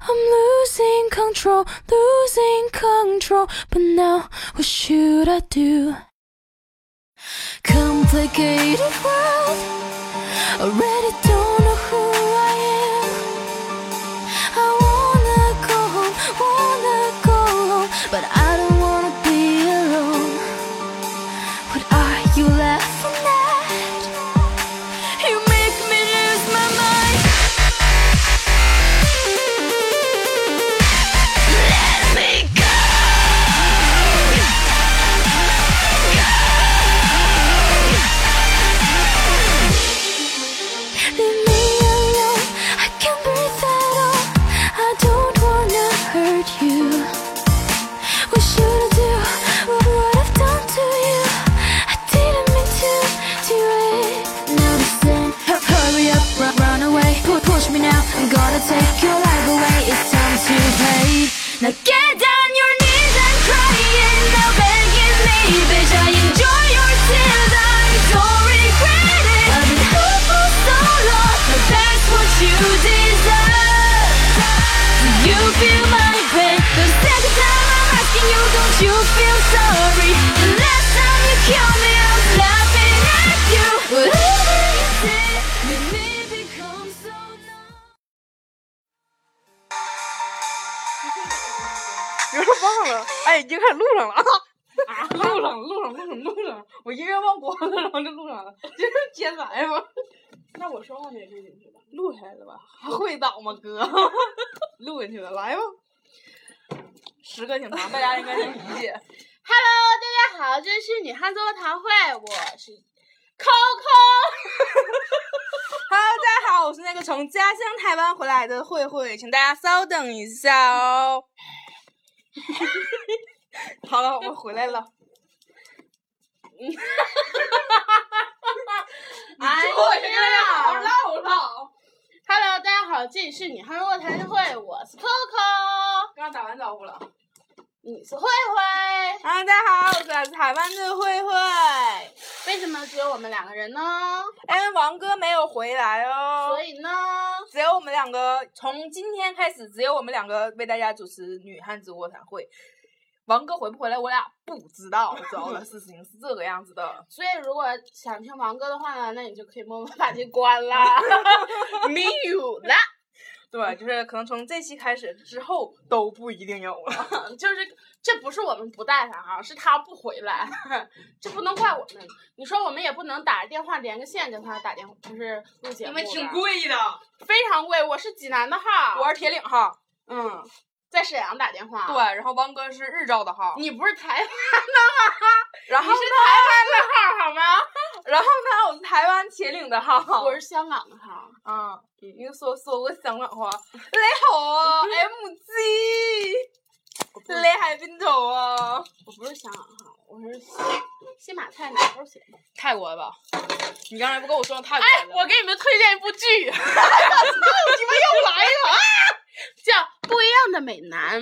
I'm losing control, losing control. But now, what should I do? Complicated world. Already don't know who I am. I wanna go home, wanna go home. But I don't wanna be alone. What are you laughing at? You make me lose my mind. Leave me alone. I can't breathe at all. I don't wanna hurt you. What should I do? What would I've done to you? I didn't mean to do it. Now listen, hu- hurry up, run, run away. Pu- push me now. I'm gonna take your life away. It's time to pay. Now get down your knees and cry it. Now begging me, bitch. I enjoy your tears. I don't regret it. I've been hurt for so long, but that's what you deserve. Do you feel my pain? The second time I'm asking you, don't you feel sorry? The last time you killed me, I was laughing at you. Whatever you said made me become so numb. 有点忘了，哎，已经开始录 上了啊！啊，录上了，录上了，录上了，录上了，我音乐忘光了，然后就录上了，这是天才吗？ 那我说话没录进去吧？录下来了吧？还会导吗，哥？ 录进去了，来吧。十个警察，大家应该能理解。 Hello，大家好，这是女汉子座堂会，我是 Coco。 Hello，大家好，我是那个从家乡台湾回来的慧慧，请大家稍等一下哦。好了，我们回 来了。哎好呀唠唠。 ，Hello，大家好，这里是女汉子座堂会，我是 Coco，刚打完招呼了。你是慧慧。啊，大家好，我是台湾的慧慧。为什么只有我们两个人呢？哎，王哥没有回来哦所，以呢，只有我们两个。从今天开始，只有我们两个为大家主持女汉子卧谈会。王哥回不回来，我俩不知道。主要的事情是这个样子的。所以如果想听王哥的话呢，那你就可以默默把这关 了，没有了。对，就是可能从这期开始之后都不一定有了。就是这不是我们不带他啊，是他不回来， 这不能怪我们。你说我们也不能打着电话连个线跟他打电话，不是录节目，，贵的。非常贵。我是济南的 号，我是铁岭号，嗯，在沈阳打电话。对，，然后王哥是日照的号，你不是台湾，然你后是台湾的号好吗？然后呢，我是台湾铁岭的号。我是香港的号。啊，你说说个香港 话，你好啊，M G，你海边头啊，我不是香港号，我是西西马泰哪头写的？泰国的吧？你刚才不跟我说泰国哎，的？我给你们推荐一部 剧，哎呀你们又来了啊！叫《不一样的美男》，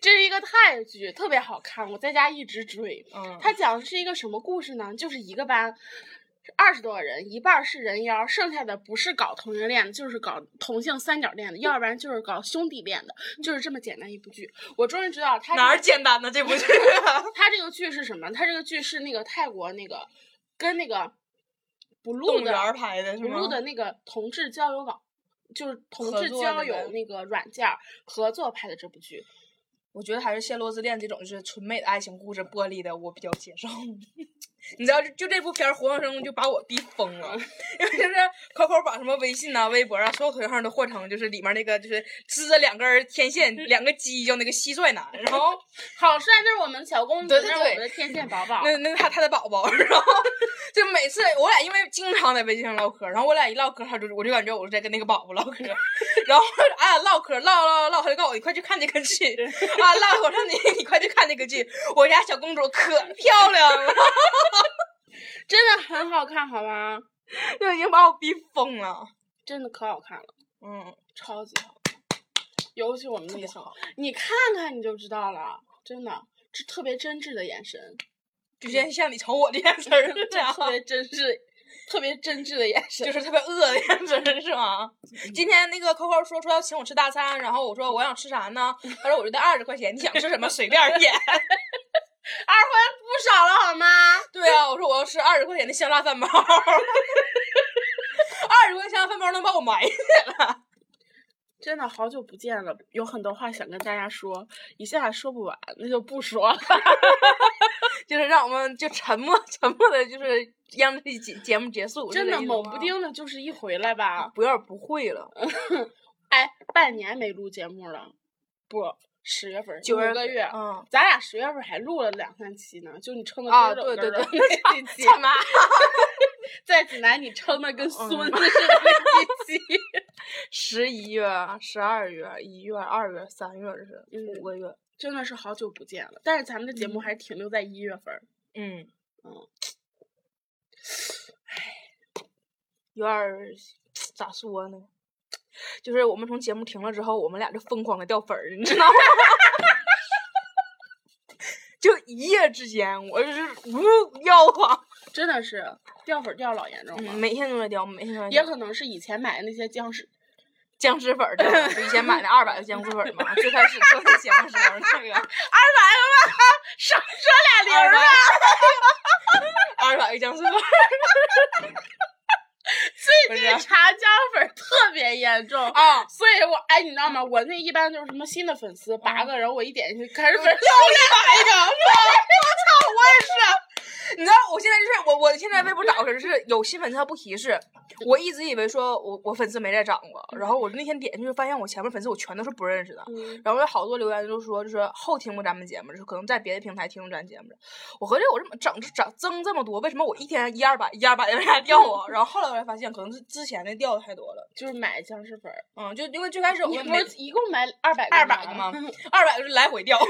这是一个泰剧，特别好看，我在家一直追。嗯，它讲的是一个什么故事呢？就是一个班二十多个人，一半儿是人妖，剩下的不是搞同性恋的，就是搞同性三角恋的，要不然就是搞兄弟恋的，就是这么简单一部剧。我终于知道它这哪儿个简单呢？这不是？它这个剧是什么？它这个剧是那个泰国那个跟那个 blue 动物园的儿拍的是吗？ blue 的那个同志交友网。就是同合志作的交呗友那个软件儿合作拍的这部剧，我觉得还是《暹罗之恋》这种就是纯美的爱情故事玻璃的，我比较接受。 你知道，就就这部片儿，活生生就把我逼疯了， 因为就是 Coco 把什么微信呐、微博啊，所有头像都换成就是里面那个就是支着两根儿天线、两个鸡叫那个蟋蟀男，然后好帅就是我们小公主，对对那是我对们的天线宝宝。 那那他他的宝 宝，然后就每次我俩因为经常在微信上唠嗑，然后我俩一唠嗑，他就我就感觉我是在跟那个宝宝唠嗑， 然后俺俩唠嗑唠唠唠，他就告诉我你快去看这个剧，啊唠我说你你快去看这个剧，我家小公主可漂亮了， 真的很好看，好吗？就已经把我逼疯了，真的可好看了，嗯，超级好看，尤其我们特那别个时候，好，你看看你就知道了，真的，这特别真挚的眼神，就像像你瞅我这样式儿，这这样特别真挚，特别真挚的眼神，就是特别饿的样子，是吗？今天那个扣扣说说要请我吃大餐，然后我说我想吃啥呢？他说我就那二十块钱，你想吃什么随便点。二环不少了好吗？对啊，我说我要吃二十块钱的香辣饭包，二十块钱香辣饭包能把我埋真的好久不见了，有很多话想跟大家说，一下说不完，那就不说了。就是让我们就沉默沉默的，就是让这节节目结束。真的，猛猛不丁呃的就是一回来吧，不要不会了，哎，半年没录节目了，不，十月份儿，九五月个月。嗯，咱俩十月份儿还录了两三期呢，就你撑的啊对对对 几期，干嘛？在济南你撑的跟孙子嗯似的那几期， 十一月、十二月、一月、二月、三月，这是嗯五个月。真的是好久不见了。但是咱们的节目还是停留在一月份儿，嗯，有点儿咋说呢？就是我们从节目停了之后，我们俩就疯狂的掉粉儿，你知道吗？ 就一夜之间，我就是呜掉啊，真的是掉粉儿掉老严重了。嗯每天都在掉，每天都在也掉。可能是以前买的那些僵尸，僵尸粉儿掉了，就以前买的二百的僵尸粉儿嘛，最开始做那节 目时候那个哎 少说二百，二百个 僵尸粉儿，最不 近是查姜粉儿特别严重，啊，所以我哎，你知道吗？我那一般就是什么新的粉丝八嗯个人，我一点进去开始粉儿，一个，我操，我也是。你知道我现在就是我，我现在微嗯博找可是有新粉丝它不提示，我一直以为说我我粉丝没在涨过，然后我那天点进去发现我前面粉丝我全都是不认识的，嗯然后有好多留言就说就是后听过咱们节目，就是可能在别的平台听过咱节目的，我合计我这么整这整增这么多，为什么我一天一二百一二百往下掉 啊？然后后来我才发现可能是之前的掉的太多了，就是买僵尸粉儿。嗯，就因为最开始我你们不没是一共买二百二百个吗？二百个是来回掉。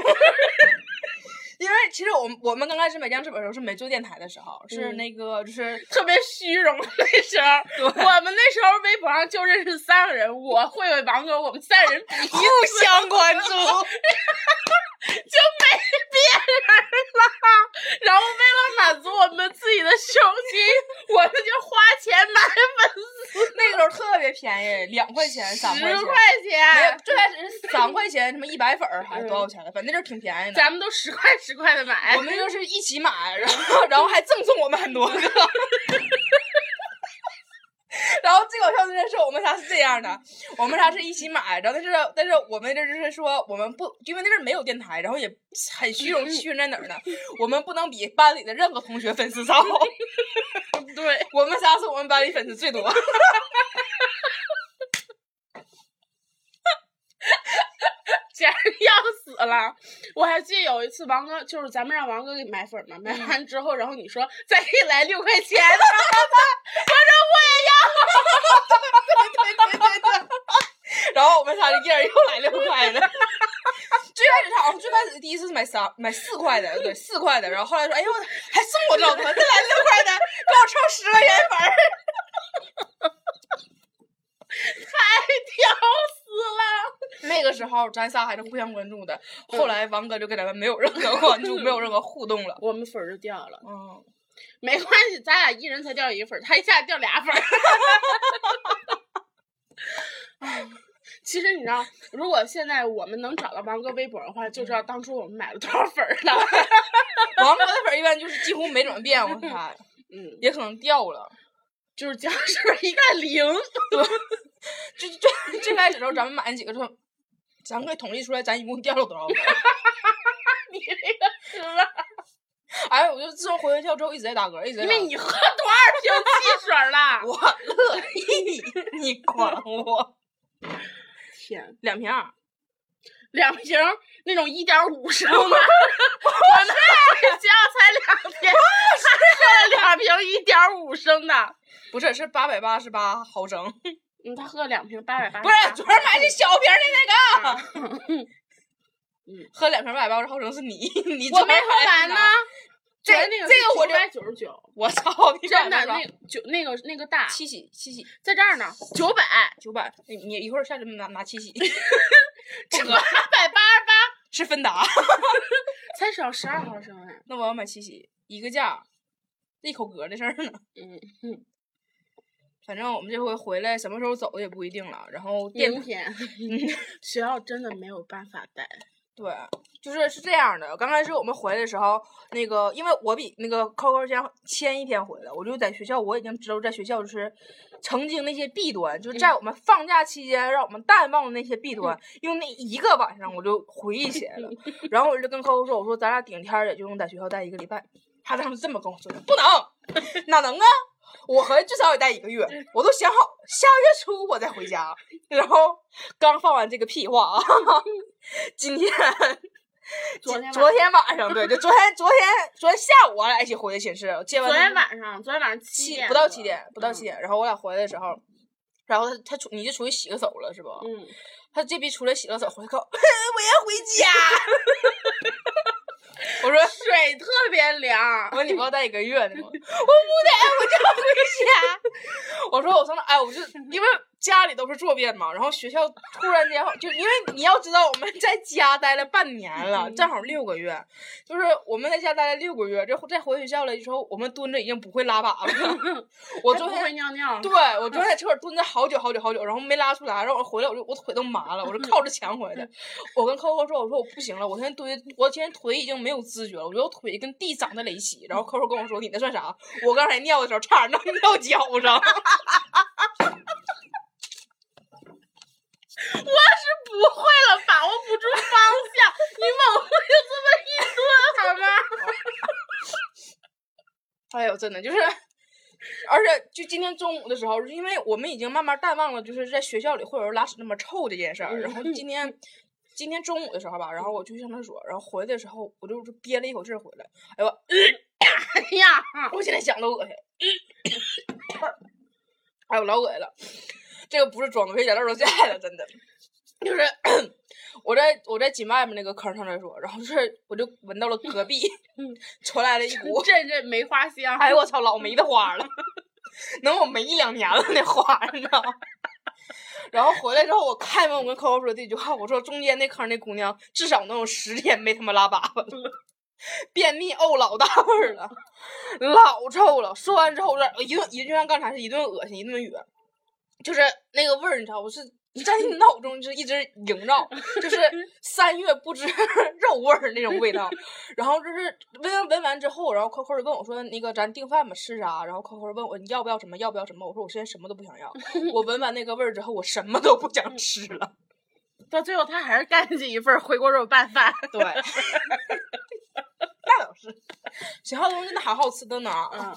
因为其实我们我们刚开始买僵尸本的时候是没做电台的时候，是嗯那个就是 特别虚荣的那时候， 我们那时候微博上就认识三个人，我慧慧、王哥，我们三人比一互相关注，然后为了满足我们自己的雄心，我们就花钱买 那个时候特别便宜，两块钱、三块十钱，块没有钱，最 开始是三块钱，什么一百粉儿还是嗯多少钱的，反正那阵儿挺便宜的。咱们都十块十块的买我。们就是一起买，然后然后还赠送我们很多个。 然后最搞笑的是，我们仨是这样的，我们仨是一起买，然后但是但是我们这就是说我们不，因为那阵儿没有电台，然后也很虚荣，虚荣在哪儿呢？我们不能比班里的任何同学粉丝少，对，我们仨是我们班里粉丝最多。简直要死了！我还记得有一次，王哥就是咱们让王哥给买粉嘛，买嗯完之后，然后你说再给你来六块钱的，对对对对。 然后我们仨就一人又来六块 的。最开始他好像最开始第一次是买三买四块的，对四块的，然后后来说，哎呦，还送我这么多，再来六块的，给我凑十块钱粉儿。哎屌死 那个时候咱仨还是互相关注的，后来王哥就跟咱们没有任何关注，没有任何互动了了！。我们粉儿就掉了， 嗯，没关系，咱俩一人才掉一个粉儿，他一下掉俩粉儿。 唉哎其实你知道，如果现在我们能找到王哥微博的话，就知道当初我们买了多少粉儿了。 王哥的粉儿一般就是几乎没怎么变，我猜，嗯，也可能掉了。就是僵尸粉儿一看零，就就就最开始的时候咱们买那几个就是，咱可以统计出来咱一共掉了多 少粉儿。你这个哥，哎，我就自从回学校之后一直在打嗝，一直在打因嗝。为你喝多少瓶汽水儿了？我乐意，你管我天，两瓶儿，两瓶儿那种一点五升的，我们回家才两瓶， 还喝了两瓶一点五升的。不是是八百八十八毫升，嗯，他喝了两瓶八百八，不是昨儿买的小瓶儿的那个，嗯喝两瓶八百八十毫升是你，你我昨没儿喝买完的呢。这昨天那这个我九就百九十九，我操，你真的买多那少九那个那个大七喜七喜在这儿呢，九 百九百，你你一会儿下去拿拿 七喜， 九不百八喝十八是芬达，才少十二毫升哎，那我要买七喜一个价，一口嗝的事儿呢，嗯，哼 反正我们这回回来什么时候走也不一定了。然后电明 天学校真的没有办法待，对，就是是这样的。刚开始我们回来的时候，那个因为我比那个扣扣先先一天回来，我就在学校，我已经知道在学校就是曾经那些弊端，就是嗯在我们放假期间让我们淡忘的那些弊端，用那一个晚上我就回忆起 来了。然后我就跟扣扣说：“我说咱俩顶天儿也就能在学校待一个礼拜。”他当时这么跟我说的：“不能， 哪能啊？”我合计至少也待一个月，嗯我都想好下月初我再回家。 然后刚放完这个屁话啊， 今天 昨今天昨天晚上对，就昨 天昨天昨天下午我俩一起回的寝室，接完昨他天晚上，昨天晚上七七点不到多嗯七点不到七，点，然后我俩回来的时候。然后他他出你就出去洗个手了是吧？嗯，嗯他这逼出来洗了手回 来告我 要回家。我说水特别凉我，说你不要待一个月呢 吗？我不待，我就要回家。 我说我从哪？哎，我就因为家里都是坐便嘛，然后学校突然间就因为你要知道我们在家待了半年了，正好六个月，就是我们在家待了六个月，这再回学校了之后，我们蹲着已经不会拉粑粑了。 我还昨不会天。尿尿，对，我昨天在厕所蹲着好久好久好久，然后没拉出来，然后我回来我就我腿都麻了，我是靠着墙回来的。我跟 Coco 说，我说我不行了，我现在腿我现在腿已经没有知觉了，我觉得我腿跟地长在了一起。然后 Coco 跟我说，你那算啥？我刚才尿的时候差点尿尿脚上。不会了，把握不住方 向，你往回就这么一蹲，好吗？哎呦，真的就是，而且就今天中午的时候，因为我们已经慢慢淡忘了，就是在学校里会有人拉屎那么臭这件事儿。然后今天，今天中午的时候吧，然后我就去上厕所，然后回来的时候，我就憋了一口气儿回来，哎呦，哎 呀，我现在想都恶心。 哎呦，老恶心了，这个不是装的，我这眼泪都下来了，真的。就是 我在我在紧外面那个坑上厕所，然后就是我就闻到了隔壁传来了一股，阵阵梅花香，哎呦我操，老梅的花了， 能我没一两年了那花，你知道吗？ 然后回来之后，我开门，我跟 Coco 说这句话，我说中间那坑那姑娘至少能有十天没他妈拉粑粑了，便秘呕老大味儿了，老臭了。说完之后，我这一顿一顿就像刚才是一顿恶心，一顿哕，就是那个味儿，你知道，我是在你脑中就是一直萦绕，就是三月不知 肉味儿那种味道。然后就是闻闻完之后，然后 Coco 就问我说：“那个咱订饭吧，吃啥？”然后 Coco 问我你要不要什么，要不要什么？我说我现在什么都不 想要。我闻完那个味儿之后，我什么都不想吃 了。到最后他还是干起一份回锅肉拌饭， 对，那倒是，学校东西那好好吃的呢。嗯，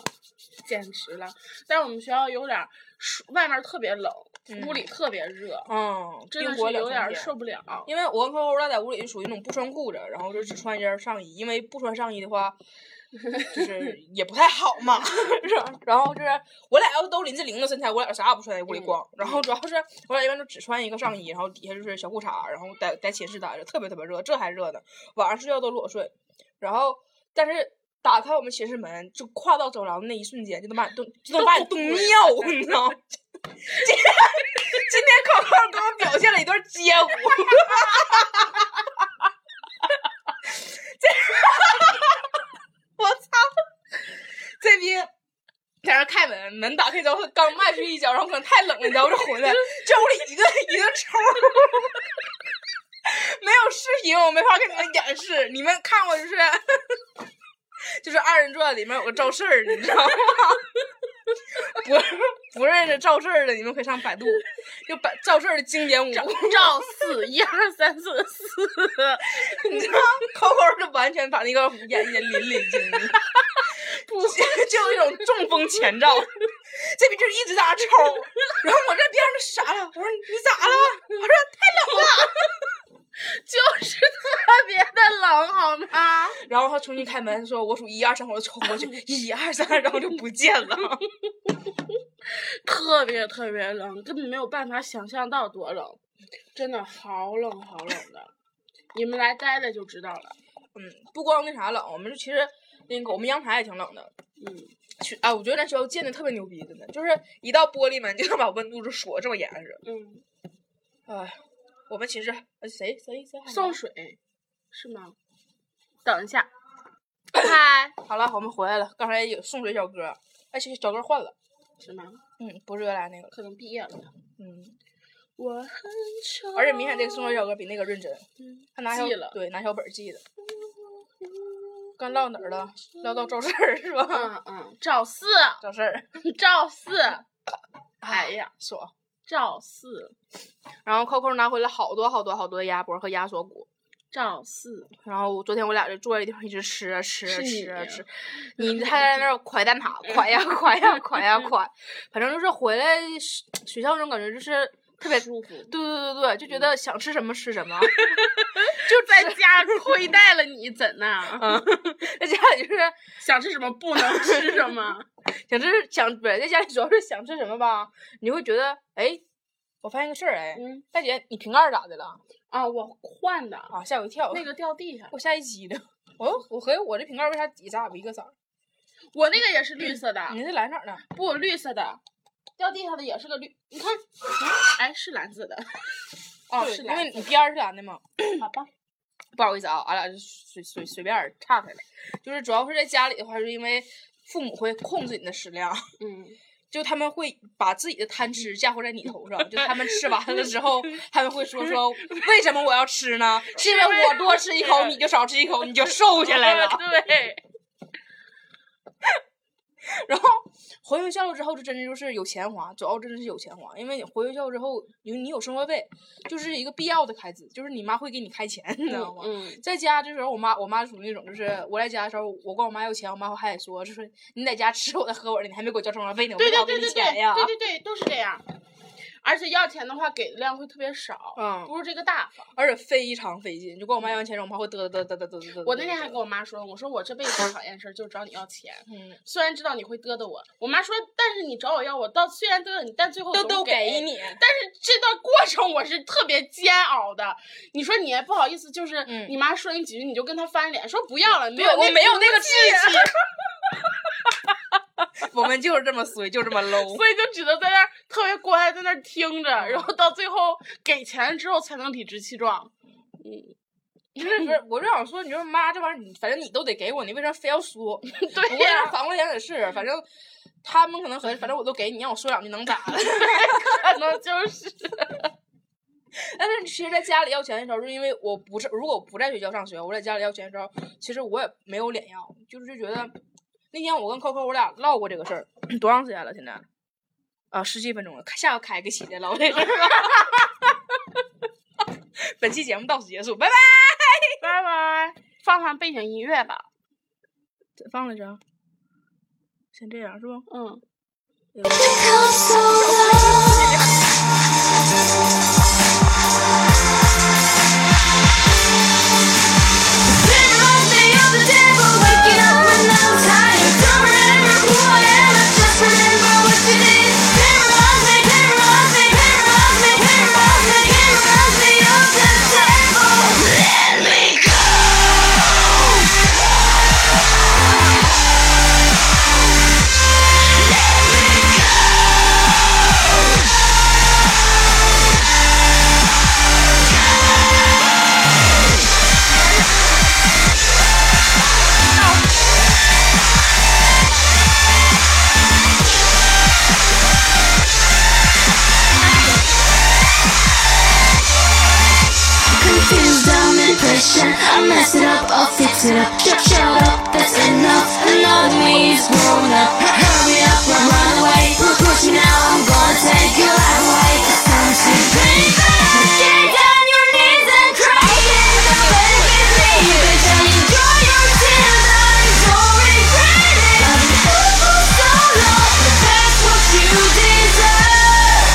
简直了。但是我们学校有点儿暑，外面特别冷，屋里特别热，嗯，真的冰是火有点两嗯重儿天受不了。因为我跟 Coco 俩在屋里就属于那种不穿裤子，然后就只穿一件上衣，因为不穿上衣的话，就是也不太好嘛。 然后就是我俩要是都林志玲的身材，我俩啥也不穿，在屋里逛。 然后主要是我俩一般都只穿一个上衣，然后底下就是小裤衩，然后在在寝室待着，特别特别热，这还热呢。晚上睡觉都裸睡，然后但是。打开我们寝室门，就跨到走廊的那一瞬间，就能把都就能把你冻尿，你知道吗？ 今天今天 Coco 给我表现了一段街舞，我操！这逼在那开门，门打开之后，他刚迈出去一脚，然后可能太冷了，你知道，我就回来，这屋里一个一个抽儿。 没有视频，我没法给你们演示。你们看过就是就是二人转里面有个赵四儿，你知道吗？ 不不认识赵四儿的，你们可以上百度，就百赵四儿的经典舞。赵赵四一二三四四， 你知道，扣扣就完全把那个眼睛淋漓尽致，不 行，就有一种中风前兆。 这边就是一直在那抽，然后我这边上就傻了，我说你咋了？我说太冷了。就是特别的冷，好吗？然后他重新开门说：“我数一二三，我就冲 过去，一二三，然后就不见了。 特别特别冷，根本没有办法想象到多冷，真的好冷好冷的。你们来待待就知道了。嗯，不光那啥冷，我们就其实那个我们阳台也挺冷的。嗯，去啊，我觉得咱学校建的特别牛逼，真的，就是一到玻璃门就能把温度就锁得这么严实。嗯，哎，我们寝室呃谁谁谁喊送水是吗？等一下，嗨，好了，我们回来了。刚才有送水小哥，哎，这个小哥换了，是吗？嗯，不是原来那个了，可能毕业了。嗯，我很丑，而且明显这个宋慧乔歌比那个认真，他拿小记了对拿小本儿记的。刚唠哪儿了？唠到赵四儿是吧？嗯嗯，赵四，赵四儿啊赵四，哎呀，说，赵四，然后扣扣拿回来好多好多好多鸭脖和鸭锁骨，赵四，然后我昨天我俩就坐在地方一直吃啊吃啊是你吃啊呀吃， 你还在那 儿蒯蛋挞，蒯呀蒯呀蒯呀蒯，反正就是回来学学校那种感觉就是特别舒服 对对对对，就觉嗯得想吃什么吃什么，就在家亏待了你，怎呐？ 嗯，在家里就是想吃什么不能吃什 么，想吃想不是在家里主要是想吃什么吧，你会觉得哎，我发现个事儿哎，嗯大姐你瓶盖儿咋的了啊，我换的，啊？吓我一跳，那个掉地下了，我吓一激灵，我我合计我这瓶盖儿为啥底下不一个色儿？我那个也是嗯绿色的，你这蓝色儿呢？不绿色的，掉地下的也是个绿，你看，哎，是蓝色的，哦，对是因因为为你边儿是蓝的嘛。 好吧，不好意思啊，俺俩就随随随便儿岔开了，就是主要是在家里的话，是因为父母会控制你的食量，嗯，就他们会把自己的贪吃嫁祸在你头上，就他们吃完了之 后，他们会说说为什么我要吃呢？是因为我多吃一口，你就少吃一口，你就瘦下来了。 对，然后回学校之后，就真的就是有钱花，主要真的是有钱花，因为你回学校之后，有你有生活费，就是一个必要的开支，就是你妈会给你开钱，你知道吗？嗯，在家这时候，我妈我妈属于那种，就是我在家的时候，我管我妈要钱，我妈还得说，就是你在家吃我的喝我的，你还没给我交生活费嗯呢，我对没对老给对你对钱对，呀对。对对，都是这样，而且要钱的话给的量会特别少，嗯，不是这个大方。而且非常费劲，就管我妈要钱，我妈会嘚嘚嘚嘚嘚嘚嘚。我那天还跟我妈说，我说我这辈子讨厌事儿就是找你要钱，嗯，虽然知道你会嘚嘚我，我妈说，但是你找我要，我到虽然嘚嘚你，但最后都总都给给。你，但是这段过程我是特别煎熬的，你说你还不好意思，就是嗯你妈说你几句，你就跟她翻脸，说不要了，没对有我那没有那骨个气志气。我们就是这么衰，就这么 low。所以就只能在那儿特别乖，在那儿听着，嗯然后到最后给钱之后才能理直气壮。 不是不是，我就想说，你说妈这玩意儿，你反正你都得给我，你为啥非要 说？对我呀、也是反过来想也是，反正他们可能合计，反正我都给你，让我说两句能咋的？可能就是但是其实，在家里要钱的时候，是因为我不是如果不在学校上学，我在家里要钱的时候，其实我也没有脸要，就是觉得那天我跟扣扣我俩唠过这个事儿，多长时间了？现在啊，十七分钟了，下个开个期再唠这个事儿吧。 本期节目到此结束，拜拜。拜拜，放放背景音乐吧。放了着，先这样是吧？嗯。 Because so long. Been roasting up the devil, waking up when I'm tired. Don't remember who I am, I just remember what you did. Been roasting, been roasting, been roasting, been roasting, been roasting up the devil. Let me go. confused, I'm impatient. I mess it up, I'll fix it up. Shut, shut up, that's enough. Another me is grown up. Hu- Hurry up, run, run away. We're pushing now, I'm gonna take your life away. It's time to bring Get down your knees and cry. Get up and give me a bitch and enjoy your tears. I don't regret it. I've been fooled for so long, but that's what you deserve.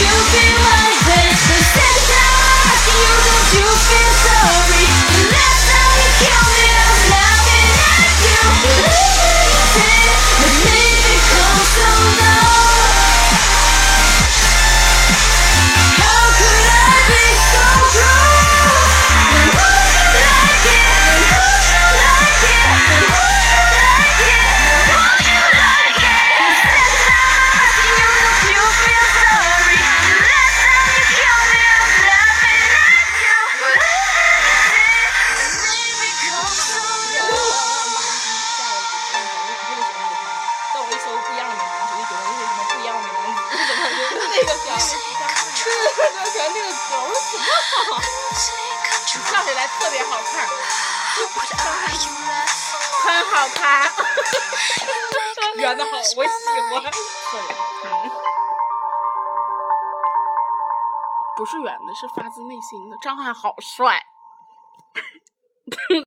You feel like this the second time I'm asking you, don't you feel sorry? The last time you killed me, I was laughing at you. Losing it, but leaving comes so low. 来特别好看， What are you laughing 很好看。 at? You 圆 make 的 me 好， lose 我 my mind. 喜欢。不是圆的，是发自内心的。张翰好帅，